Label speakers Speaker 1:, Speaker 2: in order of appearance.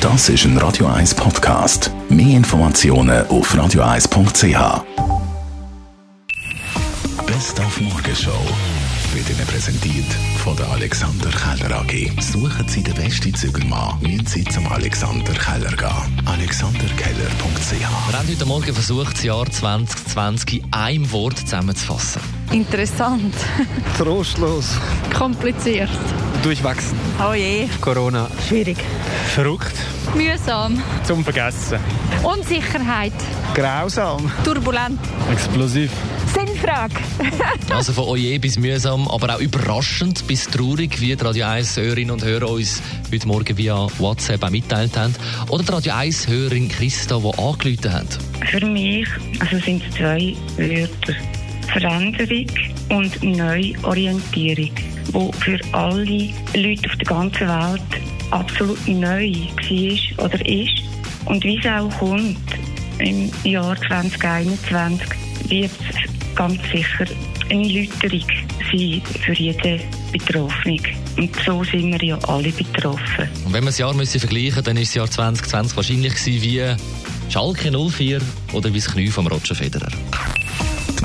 Speaker 1: Das ist ein Radio 1 Podcast. Mehr Informationen auf radio1.ch. Best auf Morgenshow wird Ihnen präsentiert von der Alexander Keller AG. Suchen Sie den besten Zügelmann, müssen Sie zum Alexander Keller gehen. AlexanderKeller.ch
Speaker 2: Wir haben heute Morgen versucht, das Jahr 2020 in einem Wort zusammenzufassen.
Speaker 3: Interessant,
Speaker 4: Trostlos.
Speaker 3: kompliziert.
Speaker 4: Durchwachsen.
Speaker 3: Oh je.
Speaker 4: Corona.
Speaker 3: Schwierig.
Speaker 4: Verrückt.
Speaker 3: Mühsam.
Speaker 4: Zum Vergessen.
Speaker 3: Unsicherheit.
Speaker 4: Grausam.
Speaker 3: Turbulent.
Speaker 4: Explosiv.
Speaker 3: Sinnfrage.
Speaker 2: Also von oje bis mühsam, aber auch überraschend bis traurig, wie die Radio 1 Hörerinnen und Hörer uns heute Morgen via WhatsApp auch mitteilt haben. Oder die Radio 1 Hörerin Christa, die angerufen hat.
Speaker 5: Für mich also sind es zwei Wörter. Veränderung und Neuorientierung, wo für alle Leute auf der ganzen Welt absolut neu war oder ist. Und wie es auch kommt, im Jahr 2021 wird es ganz sicher eine Läuterung sein für jeden Betroffenen. Und so sind wir ja alle betroffen.
Speaker 2: Und wenn wir das Jahr müssen vergleichen dann ist das Jahr 2020 wahrscheinlich gewesen wie Schalke 04 oder wie das Knie von Roger Federer.
Speaker 1: Die